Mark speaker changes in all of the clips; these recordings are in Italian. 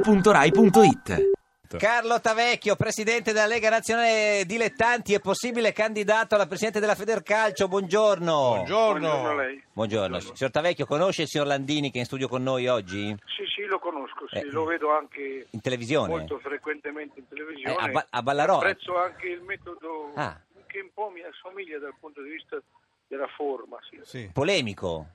Speaker 1: radio2pod.rai.it
Speaker 2: Carlo Tavecchio, presidente della Lega Nazionale Dilettanti e possibile candidato alla presidente della Federcalcio. Buongiorno.
Speaker 3: Buongiorno a
Speaker 4: Buongiorno.
Speaker 3: lei.
Speaker 2: Buongiorno. Signor Tavecchio, conosce il signor Landini che è in studio con noi oggi?
Speaker 3: Sì, sì, lo conosco, sì,
Speaker 2: Eh,
Speaker 3: lo vedo anche
Speaker 2: In televisione?
Speaker 3: molto frequentemente in televisione.
Speaker 2: Eh, a Ba- a Ballarò.
Speaker 3: Apprezzo anche il metodo
Speaker 2: Ah.
Speaker 3: che un po' mi assomiglia dal punto di vista della forma. Sì, sì.
Speaker 2: Polemico?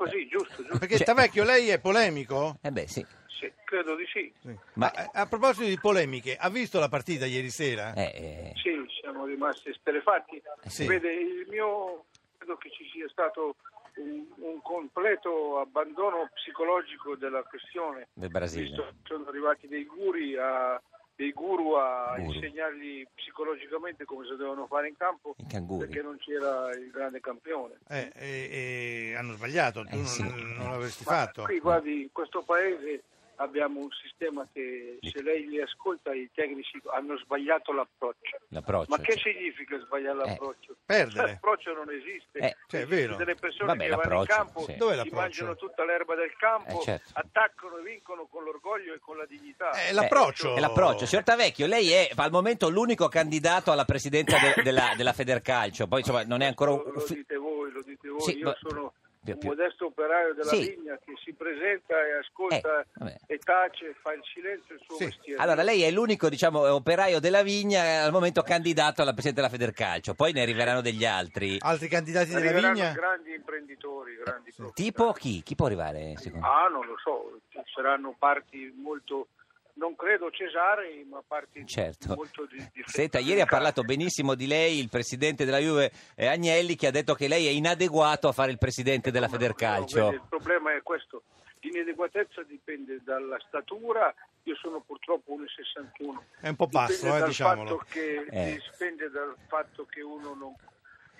Speaker 3: così, giusto, giusto.
Speaker 4: Perché
Speaker 2: Cioè-
Speaker 4: Tavecchio, lei è polemico?
Speaker 2: Eh beh, sì.
Speaker 3: Sì, credo di sì.
Speaker 2: Ma-
Speaker 4: Ma a, a proposito di polemiche, ha visto la partita ieri sera?
Speaker 2: Eh, eh,
Speaker 3: Sì, siamo rimasti esterefatti.
Speaker 4: sì.
Speaker 3: Vede, il mio credo che ci sia stato un, un completo abbandono psicologico della questione.
Speaker 2: Del Brasile.
Speaker 3: Visto che sono arrivati dei guri a- dei guru a
Speaker 2: Guru.
Speaker 3: insegnargli psicologicamente come si devono fare in campo
Speaker 2: I canguri.
Speaker 3: perché non c'era il grande campione.
Speaker 4: Eh, e- e hanno sbagliato, tu
Speaker 2: Eh,
Speaker 4: non,
Speaker 2: sì.
Speaker 4: non l'avresti
Speaker 3: Ma
Speaker 4: fatto.
Speaker 3: Qui guardi, in questo paese abbiamo un sistema che se lei li ascolta i tecnici hanno sbagliato l'approccio.
Speaker 2: l'approccio.
Speaker 3: Ma che
Speaker 2: cioè.
Speaker 3: significa sbagliare l'approccio?
Speaker 4: perdere.
Speaker 3: L'approccio non esiste.
Speaker 2: Eh,
Speaker 4: cioè, è vero.
Speaker 3: Esistono delle persone
Speaker 2: Vabbè,
Speaker 3: che vanno in
Speaker 2: l'approccio,
Speaker 3: campo,
Speaker 2: sì.
Speaker 4: Dov'è
Speaker 3: si
Speaker 4: l'approccio?
Speaker 3: mangiano tutta l'erba del campo,
Speaker 2: Eh, certo.
Speaker 3: attaccano e vincono con l'orgoglio e con la dignità.
Speaker 4: Eh,
Speaker 2: Eh,
Speaker 4: l'approccio.
Speaker 2: è l'approccio. Signor Tavecchio, lei è al momento l'unico candidato alla presidenza de- della, della Federcalcio. Poi, insomma, non è ancora un...
Speaker 3: Lo, lo dite voi, lo dite voi.
Speaker 2: Sì,
Speaker 3: Io
Speaker 2: ma-
Speaker 3: sono
Speaker 2: più-
Speaker 3: un
Speaker 2: più-
Speaker 3: modesto operaio della
Speaker 2: Sì.
Speaker 3: vigna che si presenta e ascolta
Speaker 2: Eh, vabbè.
Speaker 3: e tace, fa il silenzio il suo
Speaker 4: Sì.
Speaker 3: mestiere.
Speaker 2: Allora, lei è l'unico diciamo, operaio della vigna eh, al momento candidato alla presidenza della Federcalcio. Poi ne arriveranno degli altri.
Speaker 4: Altri candidati della
Speaker 3: Arriveranno
Speaker 4: vigna?
Speaker 3: grandi imprenditori, grandi proprietari.
Speaker 2: Eh, Tipo chi? Chi può arrivare, secondo
Speaker 3: Ah, non lo so, ci saranno parti molto, non credo cesarei, ma parti
Speaker 2: Certo.
Speaker 3: molto di, di
Speaker 2: Senta, ieri ha parlato benissimo di lei il presidente della Juve eh, Agnelli che ha detto che lei è inadeguato a fare il presidente della
Speaker 3: No, vede, Il
Speaker 2: Federcalcio.
Speaker 3: problema è questo, l'inadeguatezza dipende dalla statura, io sono purtroppo 1,61.
Speaker 4: È un po' basso,
Speaker 3: Dipende
Speaker 4: eh,
Speaker 3: dal
Speaker 4: diciamolo.
Speaker 3: fatto che-
Speaker 2: Eh.
Speaker 3: Dipende dal fatto che uno non...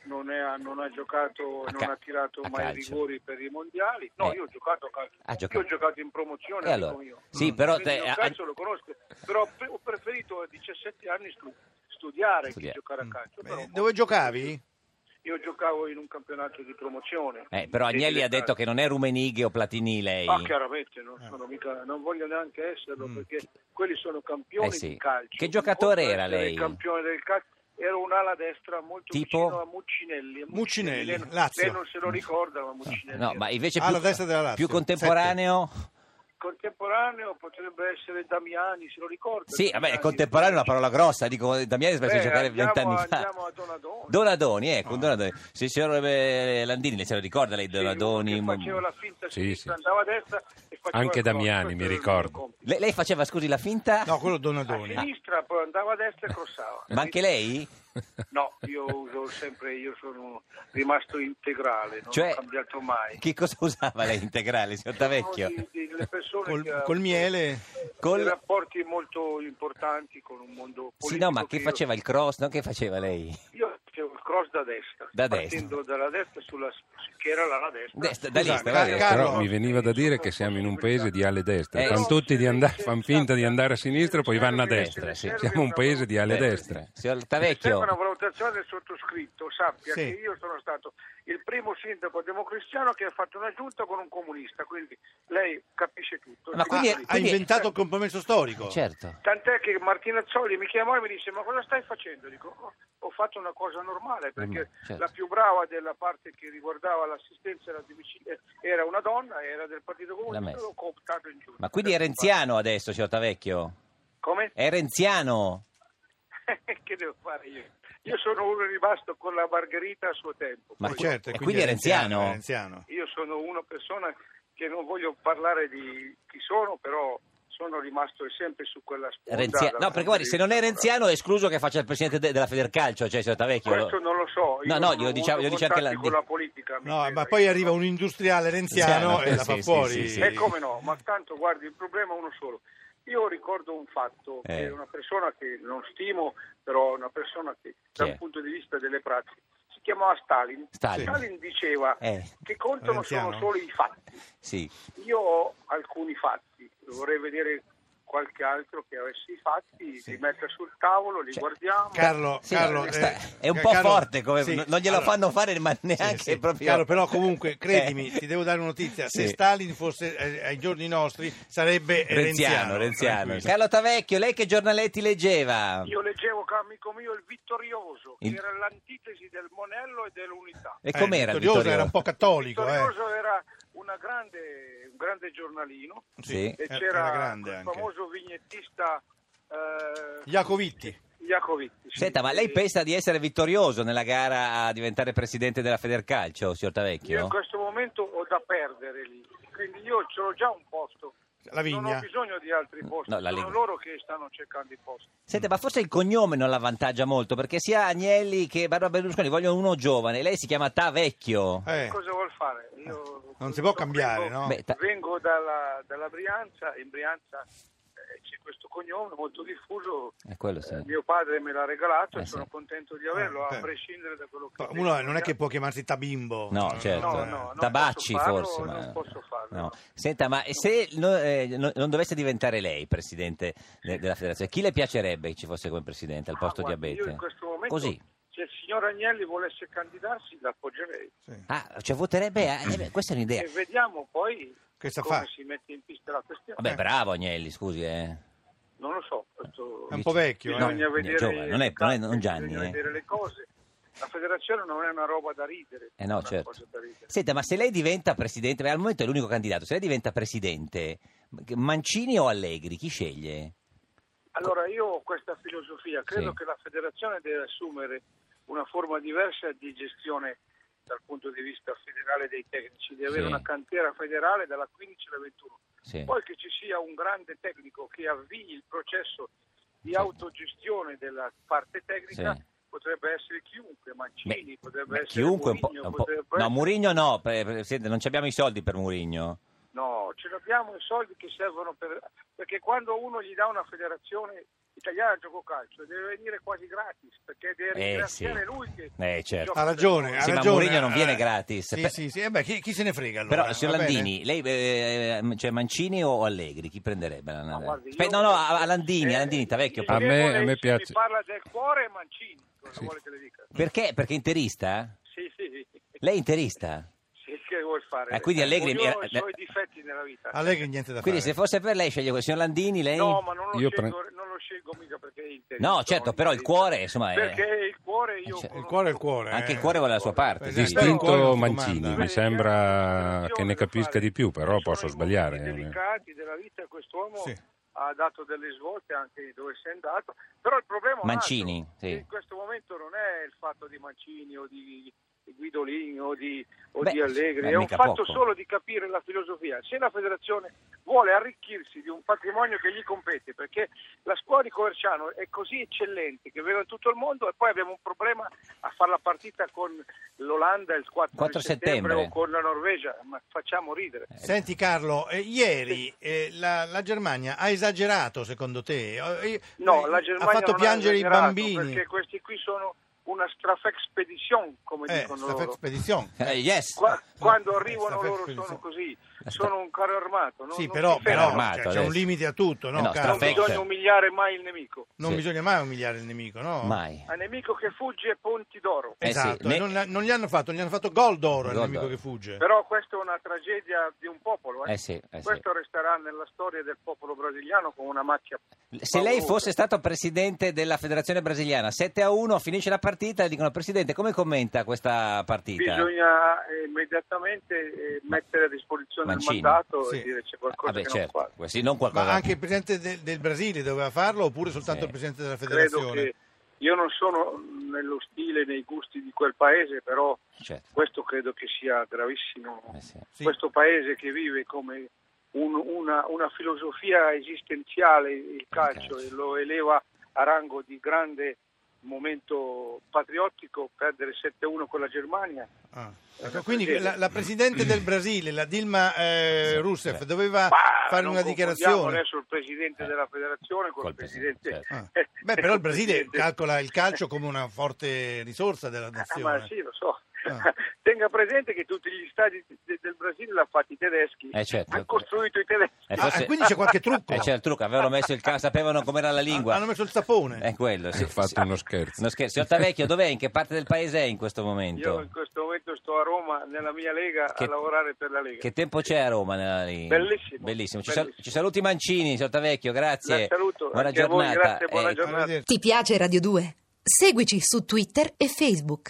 Speaker 3: Non, è- non ha giocato,
Speaker 2: A
Speaker 3: non
Speaker 2: ca-
Speaker 3: ha tirato
Speaker 2: a
Speaker 3: mai
Speaker 2: calcio.
Speaker 3: rigori per i mondiali. No,
Speaker 2: Eh.
Speaker 3: io ho giocato a calcio.
Speaker 2: Ha giocato.
Speaker 3: Io ho giocato in promozione.
Speaker 2: E allora?
Speaker 3: amico mio.
Speaker 4: Mm.
Speaker 2: Sì, però
Speaker 3: Quindi
Speaker 2: te-
Speaker 3: io
Speaker 2: a-
Speaker 3: calcio lo conosco. Però pre- ho preferito a 17 anni stu- studiare,
Speaker 2: Studiare.
Speaker 3: che giocare a calcio. Però
Speaker 4: Eh, Dove giocavi?
Speaker 3: io giocavo in un campionato di promozione.
Speaker 2: Eh, però
Speaker 3: Sì,
Speaker 2: Agnelli ha detto che non è Rumenighi o Platini lei.
Speaker 3: Ah, chiaramente
Speaker 2: Eh.
Speaker 3: non sono mica, non voglio neanche esserlo perché quelli sono campioni
Speaker 2: Mm. Eh sì.
Speaker 3: di calcio.
Speaker 2: Che giocatore
Speaker 3: Oltre
Speaker 2: era
Speaker 3: ad essere
Speaker 2: lei?
Speaker 3: Campione del calcio. Era un'ala destra molto
Speaker 2: Tipo? Mm.
Speaker 3: vicino a Muccinelli.
Speaker 4: Muccinelli,
Speaker 3: lei non-
Speaker 4: Lazio.
Speaker 3: Lei non se lo ricorda, ma Muccinelli.
Speaker 2: No,
Speaker 3: era.
Speaker 2: ma invece
Speaker 4: Alla destra Ah, della
Speaker 2: più,
Speaker 4: Lazio.
Speaker 2: più contemporaneo.
Speaker 3: Contemporaneo potrebbe essere Damiani, se lo ricorda.
Speaker 2: Sì, vabbè,
Speaker 3: Damiani.
Speaker 2: contemporaneo è una parola grossa, dico Damiani smesso di
Speaker 3: Beh,
Speaker 2: giocare
Speaker 3: andiamo-
Speaker 2: vent'anni fa.
Speaker 3: andiamo a Donadoni. Ah.
Speaker 2: Donadoni, ecco, un Donadoni. Sì, signor eh, Landini, lei se lo ricorda lei
Speaker 3: Sì, uno che
Speaker 2: Donadoni?
Speaker 3: faceva la finta
Speaker 5: Sì,
Speaker 3: sinistra,
Speaker 5: sì.
Speaker 3: andava a destra e faceva
Speaker 5: Anche
Speaker 3: il cross.
Speaker 5: Damiani,
Speaker 3: Questo era
Speaker 5: mi
Speaker 3: il mio
Speaker 5: ricordo.
Speaker 3: compito.
Speaker 2: lei, lei faceva, scusi, la finta?
Speaker 4: No, quello
Speaker 3: A
Speaker 4: Donadoni.
Speaker 3: sinistra, poi andava a destra e crossava.
Speaker 2: Ma anche lei?
Speaker 3: No, io uso sempre, io sono rimasto integrale, non
Speaker 2: Cioè,
Speaker 3: ho cambiato mai.
Speaker 2: Che cosa usava lei integrale, signor Tavecchio?
Speaker 3: Sono di- delle persone che
Speaker 4: Col,
Speaker 3: ha
Speaker 4: col miele?
Speaker 3: dei
Speaker 2: Col...
Speaker 3: rapporti molto importanti con un mondo politico.
Speaker 2: Sì, no, ma che
Speaker 3: io-
Speaker 2: faceva il cross? No, che faceva lei?
Speaker 3: Io facevo il cross da destra,
Speaker 2: Da
Speaker 3: partendo dalla destra, sulla, che era l'ala destra.
Speaker 2: Destra- da
Speaker 4: Scusa,
Speaker 2: destra,
Speaker 4: Ca-
Speaker 2: va
Speaker 4: Carlo-
Speaker 2: bene.
Speaker 5: Però mi veniva da dire che siamo in un paese di ale destre.
Speaker 2: Eh,
Speaker 5: Fanno
Speaker 2: sì.
Speaker 5: tutti di andare, fanno finta di andare a sinistra, poi vanno a destra.
Speaker 2: sì. Eh,
Speaker 5: Siamo un paese di ale
Speaker 2: Beh,
Speaker 5: destre.
Speaker 2: Signor
Speaker 3: Se serve una
Speaker 2: Tavecchio,
Speaker 3: valutazione del sottoscritto, sappia
Speaker 4: Sì.
Speaker 3: che io sono stato il primo sindaco democristiano che ha fatto una giunta con un comunista, quindi lei capisce tutto.
Speaker 2: Ma
Speaker 3: Sì,
Speaker 2: quindi-
Speaker 3: sì.
Speaker 4: Ah, Ha
Speaker 2: quindi-
Speaker 4: inventato il compromesso storico. Eh,
Speaker 2: certo.
Speaker 3: Tant'è che Martinazzoli mi chiamò e mi disse: Ma cosa stai facendo? Dico: "Oh, Ho fatto una cosa normale perché
Speaker 2: Mm, certo.
Speaker 3: la più brava della parte che riguardava l'assistenza alla domicilia eh, era una donna, era del Partito
Speaker 2: L'ha
Speaker 3: Comunista.
Speaker 2: messa.
Speaker 3: L'ho cooptato in giunta.
Speaker 2: Ma quindi è renziano Eh. adesso, signor Tavecchio?
Speaker 3: Come?
Speaker 2: È renziano?
Speaker 3: che devo fare io? Io sono uno rimasto con la Margherita a suo tempo.
Speaker 2: Ma
Speaker 4: Eh,
Speaker 3: Poi-
Speaker 4: certo,
Speaker 2: E
Speaker 4: e
Speaker 2: quindi è renziano?
Speaker 4: è renziano.
Speaker 3: Io sono una persona che non voglio parlare di chi sono, però sono rimasto sempre su quella sponda.
Speaker 2: Renziano. No,
Speaker 3: dalla
Speaker 2: perché guardi, se non è
Speaker 3: Federica,
Speaker 2: renziano è escluso che faccia il presidente de- della Federcalcio, cioè signor Tavecchio.
Speaker 3: Questo non lo so.
Speaker 2: No,
Speaker 3: io
Speaker 2: no,
Speaker 3: non
Speaker 2: glielo
Speaker 3: ho
Speaker 2: dice,
Speaker 3: avuto
Speaker 2: glielo dice anche la...
Speaker 3: contatti con la politica. mi
Speaker 4: No,
Speaker 3: sembra.
Speaker 4: ma poi arriva un industriale renziano
Speaker 2: Renziano,
Speaker 4: e la fa
Speaker 2: sì, sì,
Speaker 4: fuori.
Speaker 2: sì, sì.
Speaker 3: E Eh, come no, ma tanto guardi, il problema è uno solo. Io ricordo un fatto,
Speaker 2: Eh.
Speaker 3: che una persona che non stimo, però una persona che
Speaker 2: Chi
Speaker 3: dal
Speaker 2: è?
Speaker 3: punto di vista delle pratiche si chiamava Stalin.
Speaker 2: Stalin.
Speaker 3: diceva
Speaker 2: Eh.
Speaker 3: che contano
Speaker 4: Renziano?
Speaker 3: sono solo i fatti.
Speaker 2: Sì.
Speaker 3: Io ho alcuni fatti, vorrei vedere qualche altro che avesse i fatti,
Speaker 4: Sì.
Speaker 3: li metta sul tavolo, li
Speaker 2: Cioè,
Speaker 3: guardiamo.
Speaker 4: Carlo,
Speaker 2: Sì,
Speaker 4: Carlo,
Speaker 2: no, sta-
Speaker 4: eh,
Speaker 2: è un po'
Speaker 4: Carlo,
Speaker 2: forte, come-
Speaker 4: sì,
Speaker 2: non glielo
Speaker 4: allora,
Speaker 2: fanno fare, ma
Speaker 4: sì,
Speaker 2: neanche
Speaker 4: sì.
Speaker 2: proprio.
Speaker 4: Carlo, però comunque credimi,
Speaker 2: Eh.
Speaker 4: ti devo dare una notizia. Se
Speaker 2: Sì.
Speaker 4: Stalin fosse eh, ai giorni nostri sarebbe eh,
Speaker 2: Renziano,
Speaker 4: renziano.
Speaker 2: Renziano.
Speaker 4: tranquillo.
Speaker 2: Carlo Tavecchio, lei che giornaletti leggeva?
Speaker 3: Io leggevo, caro amico mio, il Vittorioso,
Speaker 2: Il-
Speaker 3: che era l'antitesi del Monello e dell'Unità.
Speaker 2: E
Speaker 4: Eh,
Speaker 2: com'era
Speaker 4: Vittorioso
Speaker 2: Vittorio?
Speaker 4: era un po' cattolico, eh.
Speaker 3: Vittorioso era una grande, un grande giornalino
Speaker 2: Sì.
Speaker 3: e
Speaker 4: Eh, era- era
Speaker 3: c'era
Speaker 4: grande
Speaker 3: il
Speaker 4: anche.
Speaker 3: famoso vignettista eh,
Speaker 4: Iacovitti.
Speaker 3: Iacovitti. sì.
Speaker 2: Senta, ma lei
Speaker 3: E-
Speaker 2: pensa di essere vittorioso nella gara a diventare presidente della Federcalcio, signor
Speaker 3: Io
Speaker 2: Tavecchio?
Speaker 3: in questo momento ho da perdere lì, quindi io ho già un posto.
Speaker 4: La vigna.
Speaker 3: Non ho bisogno di altri posti,
Speaker 2: No, la
Speaker 3: sono
Speaker 2: Lega.
Speaker 3: loro che stanno cercando i posti.
Speaker 2: Senta, ma forse il cognome non l'avvantaggia molto, perché sia Agnelli che Barbara Berlusconi vogliono uno giovane, lei si chiama Tavecchio.
Speaker 4: Eh,
Speaker 3: Cosa vuol fare? Io-
Speaker 4: Non si può
Speaker 3: io
Speaker 4: cambiare,
Speaker 3: vengo,
Speaker 4: no?
Speaker 2: Beh, ta-
Speaker 3: Vengo dalla, dalla Brianza, in Brianza eh, c'è questo cognome molto diffuso.
Speaker 2: Eh, quello sì.
Speaker 3: Eh, mio padre me l'ha regalato
Speaker 2: Eh,
Speaker 3: e sono
Speaker 2: sì.
Speaker 3: contento di averlo,
Speaker 4: Eh,
Speaker 3: a
Speaker 4: beh.
Speaker 3: prescindere da quello che...
Speaker 4: Uno non è che può chiamarsi Tabimbo.
Speaker 2: No, certo.
Speaker 3: no,
Speaker 4: eh.
Speaker 3: no, non
Speaker 2: Tabacci
Speaker 3: posso farlo,
Speaker 2: forse.
Speaker 3: non
Speaker 2: ma-
Speaker 3: posso farlo.
Speaker 2: no. Senta, ma se no- eh, no- non dovesse diventare lei presidente de- della federazione, chi le piacerebbe che ci fosse come presidente al posto
Speaker 3: Ah,
Speaker 2: di
Speaker 3: guarda,
Speaker 2: Abete?
Speaker 3: Io in questo momento,
Speaker 2: Così.
Speaker 3: se il signor Agnelli volesse candidarsi, l'appoggerei.
Speaker 4: Sì.
Speaker 2: Ah, cioè voterebbe... a- eh, beh, questa è un'idea.
Speaker 3: E vediamo poi
Speaker 4: Che sa
Speaker 3: come
Speaker 4: fa?
Speaker 3: si mette in pista la questione.
Speaker 2: Vabbè, bravo Agnelli, scusi, eh.
Speaker 3: Non lo so, questo...
Speaker 4: È un po' vecchio, eh.
Speaker 3: bisogna
Speaker 2: No,
Speaker 3: vedere,
Speaker 2: giovane, non è- non è- non Gianni,
Speaker 3: bisogna
Speaker 2: eh.
Speaker 3: vedere le cose. La federazione non è una roba da ridere.
Speaker 2: Eh no,
Speaker 3: una
Speaker 2: certo.
Speaker 3: cosa da ridere.
Speaker 2: Senta, ma se lei diventa presidente, beh, al momento è l'unico candidato, se lei diventa presidente, Mancini o Allegri, chi sceglie?
Speaker 3: Allora io ho questa filosofia, credo
Speaker 2: Sì.
Speaker 3: che la federazione deve assumere una forma diversa di gestione dal punto di vista federale dei tecnici, di avere
Speaker 2: Sì.
Speaker 3: una cantiera federale dalla 15 alla 21.
Speaker 2: Sì.
Speaker 3: Poi che ci sia un grande tecnico che avvii il processo di
Speaker 2: Certo.
Speaker 3: autogestione della parte tecnica
Speaker 2: Sì.
Speaker 3: potrebbe essere chiunque, Mancini,
Speaker 2: Beh,
Speaker 3: potrebbe
Speaker 2: beh,
Speaker 3: essere
Speaker 2: chiunque un po',
Speaker 3: Mourinho,
Speaker 2: un po'-
Speaker 3: potrebbe
Speaker 2: No,
Speaker 3: essere-
Speaker 2: Murigno no, per- per- senta, non ci abbiamo i soldi per Murigno.
Speaker 3: No, ce l'abbiamo i soldi che servono per... perché quando uno gli dà una federazione italiana al gioco calcio deve venire quasi gratis perché deve
Speaker 2: Eh,
Speaker 3: ringraziare
Speaker 2: sì.
Speaker 3: lui che
Speaker 2: Eh, certo.
Speaker 4: Ha ragione, ha
Speaker 2: Sì, ma
Speaker 4: ragione.
Speaker 2: Mourinho non
Speaker 4: Eh,
Speaker 2: viene gratis.
Speaker 4: Sì,
Speaker 2: Per-
Speaker 4: sì, sì, eh beh, chi, chi se ne frega allora?
Speaker 2: Però, signor
Speaker 4: va bene?
Speaker 2: Landini, lei, eh, cioè Mancini o Allegri, chi prenderebbe?
Speaker 3: Ma guardi, io-
Speaker 2: Aspe- eh. no, no, a, a Landini,
Speaker 3: Eh,
Speaker 2: a Landini, Tavecchio.
Speaker 3: il
Speaker 5: A me-
Speaker 2: proprio.
Speaker 3: debole,
Speaker 5: a me
Speaker 3: se
Speaker 5: piace.
Speaker 3: Mi parla del cuore Mancini, cosa
Speaker 5: Sì.
Speaker 3: vuole che le dica?
Speaker 2: Perché? Perché è interista?
Speaker 3: Sì, sì, sì.
Speaker 2: Mm. Lei è interista?
Speaker 3: Sì, che vuol fare?
Speaker 2: Eh, quindi Allegri-
Speaker 3: Ognuno ha i
Speaker 2: eh,
Speaker 3: suoi difetti nella vita.
Speaker 4: Allegri niente da
Speaker 2: Quindi
Speaker 4: fare.
Speaker 2: se fosse per lei sceglievo il signor Landini, lei...
Speaker 3: No, ma non lo,
Speaker 5: Io
Speaker 3: scelgo, non lo scelgo mica perché è interista.
Speaker 2: No, certo, però il cuore, insomma, è-
Speaker 3: Perché il cuore io...
Speaker 2: Eh, cioè,
Speaker 4: Il cuore è il cuore.
Speaker 2: Anche
Speaker 4: eh.
Speaker 2: il cuore vuole la sua parte.
Speaker 4: Eh,
Speaker 2: sì.
Speaker 4: sì, però-
Speaker 5: Distinto
Speaker 4: il cuore non si
Speaker 5: Mancini,
Speaker 4: comanda.
Speaker 5: mi sembra che ne capisca di più, però posso sbagliare. eh.
Speaker 3: I delicati della vita, quest'uomo
Speaker 4: Sì.
Speaker 3: ha dato delle svolte anche dove si è andato, però il problema è un
Speaker 2: Mancini,
Speaker 3: altro,
Speaker 2: sì.
Speaker 3: che in questo momento non è il fatto di Mancini o di Guidolini o di, o
Speaker 2: Beh,
Speaker 3: di Allegri,
Speaker 2: beh,
Speaker 3: è un
Speaker 2: mica
Speaker 3: fatto
Speaker 2: poco.
Speaker 3: solo di capire la filosofia. Se la federazione vuole arricchirsi di un patrimonio che gli compete, perché la scuola di Coverciano è così eccellente che vede in tutto il mondo e poi abbiamo un problema a fare la partita con l'Olanda il 4,
Speaker 2: 4
Speaker 3: di settembre,
Speaker 2: settembre.
Speaker 3: o con la Norvegia, ma facciamo ridere.
Speaker 4: Senti Carlo, eh, ieri eh, la, la Germania ha esagerato secondo te? Eh, eh,
Speaker 3: No, la Germania
Speaker 4: ha fatto
Speaker 3: non
Speaker 4: piangere i
Speaker 3: esagerato,
Speaker 4: bambini.
Speaker 3: perché questi qui sono una strafexpedition, come
Speaker 4: Eh,
Speaker 3: dicono
Speaker 4: sta
Speaker 3: loro.
Speaker 4: expedition.
Speaker 2: Eh, yes.
Speaker 3: Qua- quando
Speaker 4: Eh,
Speaker 3: arrivano loro
Speaker 4: strafexpedition.
Speaker 3: sono così,
Speaker 2: La stra-
Speaker 3: sono un carro armato. non-
Speaker 4: Sì,
Speaker 3: non
Speaker 4: però,
Speaker 3: si
Speaker 4: però,
Speaker 3: fermano.
Speaker 2: Armato
Speaker 4: cioè, c'è
Speaker 2: adesso.
Speaker 4: un limite a tutto, no,
Speaker 2: Eh no,
Speaker 4: Carlo?
Speaker 3: non
Speaker 2: strafex-
Speaker 3: bisogna umiliare mai il nemico.
Speaker 4: Non
Speaker 2: Sì.
Speaker 4: bisogna mai umiliare il nemico, no?
Speaker 2: Mai.
Speaker 3: Al nemico che fugge è ponti d'oro.
Speaker 2: Eh sì,
Speaker 4: Esatto,
Speaker 2: ne-
Speaker 4: non, non gli hanno fatto, non gli hanno fatto gol d'oro al
Speaker 2: Gol
Speaker 4: nemico
Speaker 2: d'oro.
Speaker 4: che fugge.
Speaker 3: Però questa è una tragedia di un popolo. eh.
Speaker 2: Eh sì, eh sì.
Speaker 3: Questo resterà nella storia del popolo brasiliano come una macchia.
Speaker 2: Se lei fosse stato presidente della federazione brasiliana, 7 a 1, finisce la partita e dicono Presidente, come commenta questa partita?
Speaker 3: Bisogna eh, immediatamente eh, mettere a disposizione
Speaker 2: Mancini.
Speaker 3: il mandato
Speaker 4: Sì.
Speaker 3: e dire c'è qualcosa
Speaker 2: Vabbè,
Speaker 3: che
Speaker 2: certo.
Speaker 3: non fa.
Speaker 2: Sì, non qualcosa.
Speaker 4: Ma anche il presidente del, del Brasile doveva farlo oppure soltanto
Speaker 2: Sì.
Speaker 4: il presidente della
Speaker 3: Credo
Speaker 4: federazione?
Speaker 3: che io non sono nello stile, nei gusti di quel paese, però
Speaker 2: Certo.
Speaker 3: questo credo che sia gravissimo.
Speaker 2: Eh sì.
Speaker 4: Sì.
Speaker 3: Questo paese che vive come un- una, una filosofia esistenziale il calcio
Speaker 2: calcio.
Speaker 3: e lo eleva a rango di grande momento patriottico, perdere 7-1 con la Germania.
Speaker 4: Ah, ecco, Quindi la, la presidente del Brasile, la Dilma eh, Rousseff,
Speaker 2: sì.
Speaker 4: doveva
Speaker 3: Ma
Speaker 4: fare
Speaker 3: non
Speaker 4: una
Speaker 3: confondiamo
Speaker 4: dichiarazione.
Speaker 3: adesso il presidente
Speaker 2: Eh.
Speaker 3: della federazione col
Speaker 2: Col
Speaker 3: presidente.
Speaker 2: presidente, certo.
Speaker 4: Ah. Beh, però il Brasile calcola il calcio come una forte risorsa della
Speaker 3: Ah, ma
Speaker 4: nazione.
Speaker 3: sì, lo so.
Speaker 4: Ah.
Speaker 3: Tenga presente che tutti gli stadi de- del Brasile l'hanno fatti i tedeschi,
Speaker 2: Eh, certo.
Speaker 3: hanno costruito i tedeschi.
Speaker 2: Eh,
Speaker 4: Ah, quindi c'è qualche trucco.
Speaker 2: Eh, c'è il trucco, avevano messo il ca- sapevano com'era la lingua. Eh.
Speaker 4: Hanno messo il sapone.
Speaker 2: È quello, sì.
Speaker 5: Ho fatto
Speaker 2: sì.
Speaker 5: uno scherzo.
Speaker 2: Uno scherzo. Signor Tavecchio, dov'è? In che parte del paese è in questo momento?
Speaker 3: Io in questo momento sto a Roma, nella mia Lega,
Speaker 2: Che-
Speaker 3: a lavorare per la Lega.
Speaker 2: Che tempo c'è a Roma? nella-
Speaker 3: Bellissimo,
Speaker 2: Bellissimo. Ci, sal-
Speaker 3: bellissimo.
Speaker 2: ci saluti Mancini, signor Tavecchio, grazie.
Speaker 3: La saluto,
Speaker 2: Buona
Speaker 3: anche a voi,
Speaker 2: giornata.
Speaker 3: grazie, buona
Speaker 2: Eh,
Speaker 3: giornata.
Speaker 4: Arrivederci.
Speaker 1: Ti piace Radio 2? Seguici su Twitter e Facebook.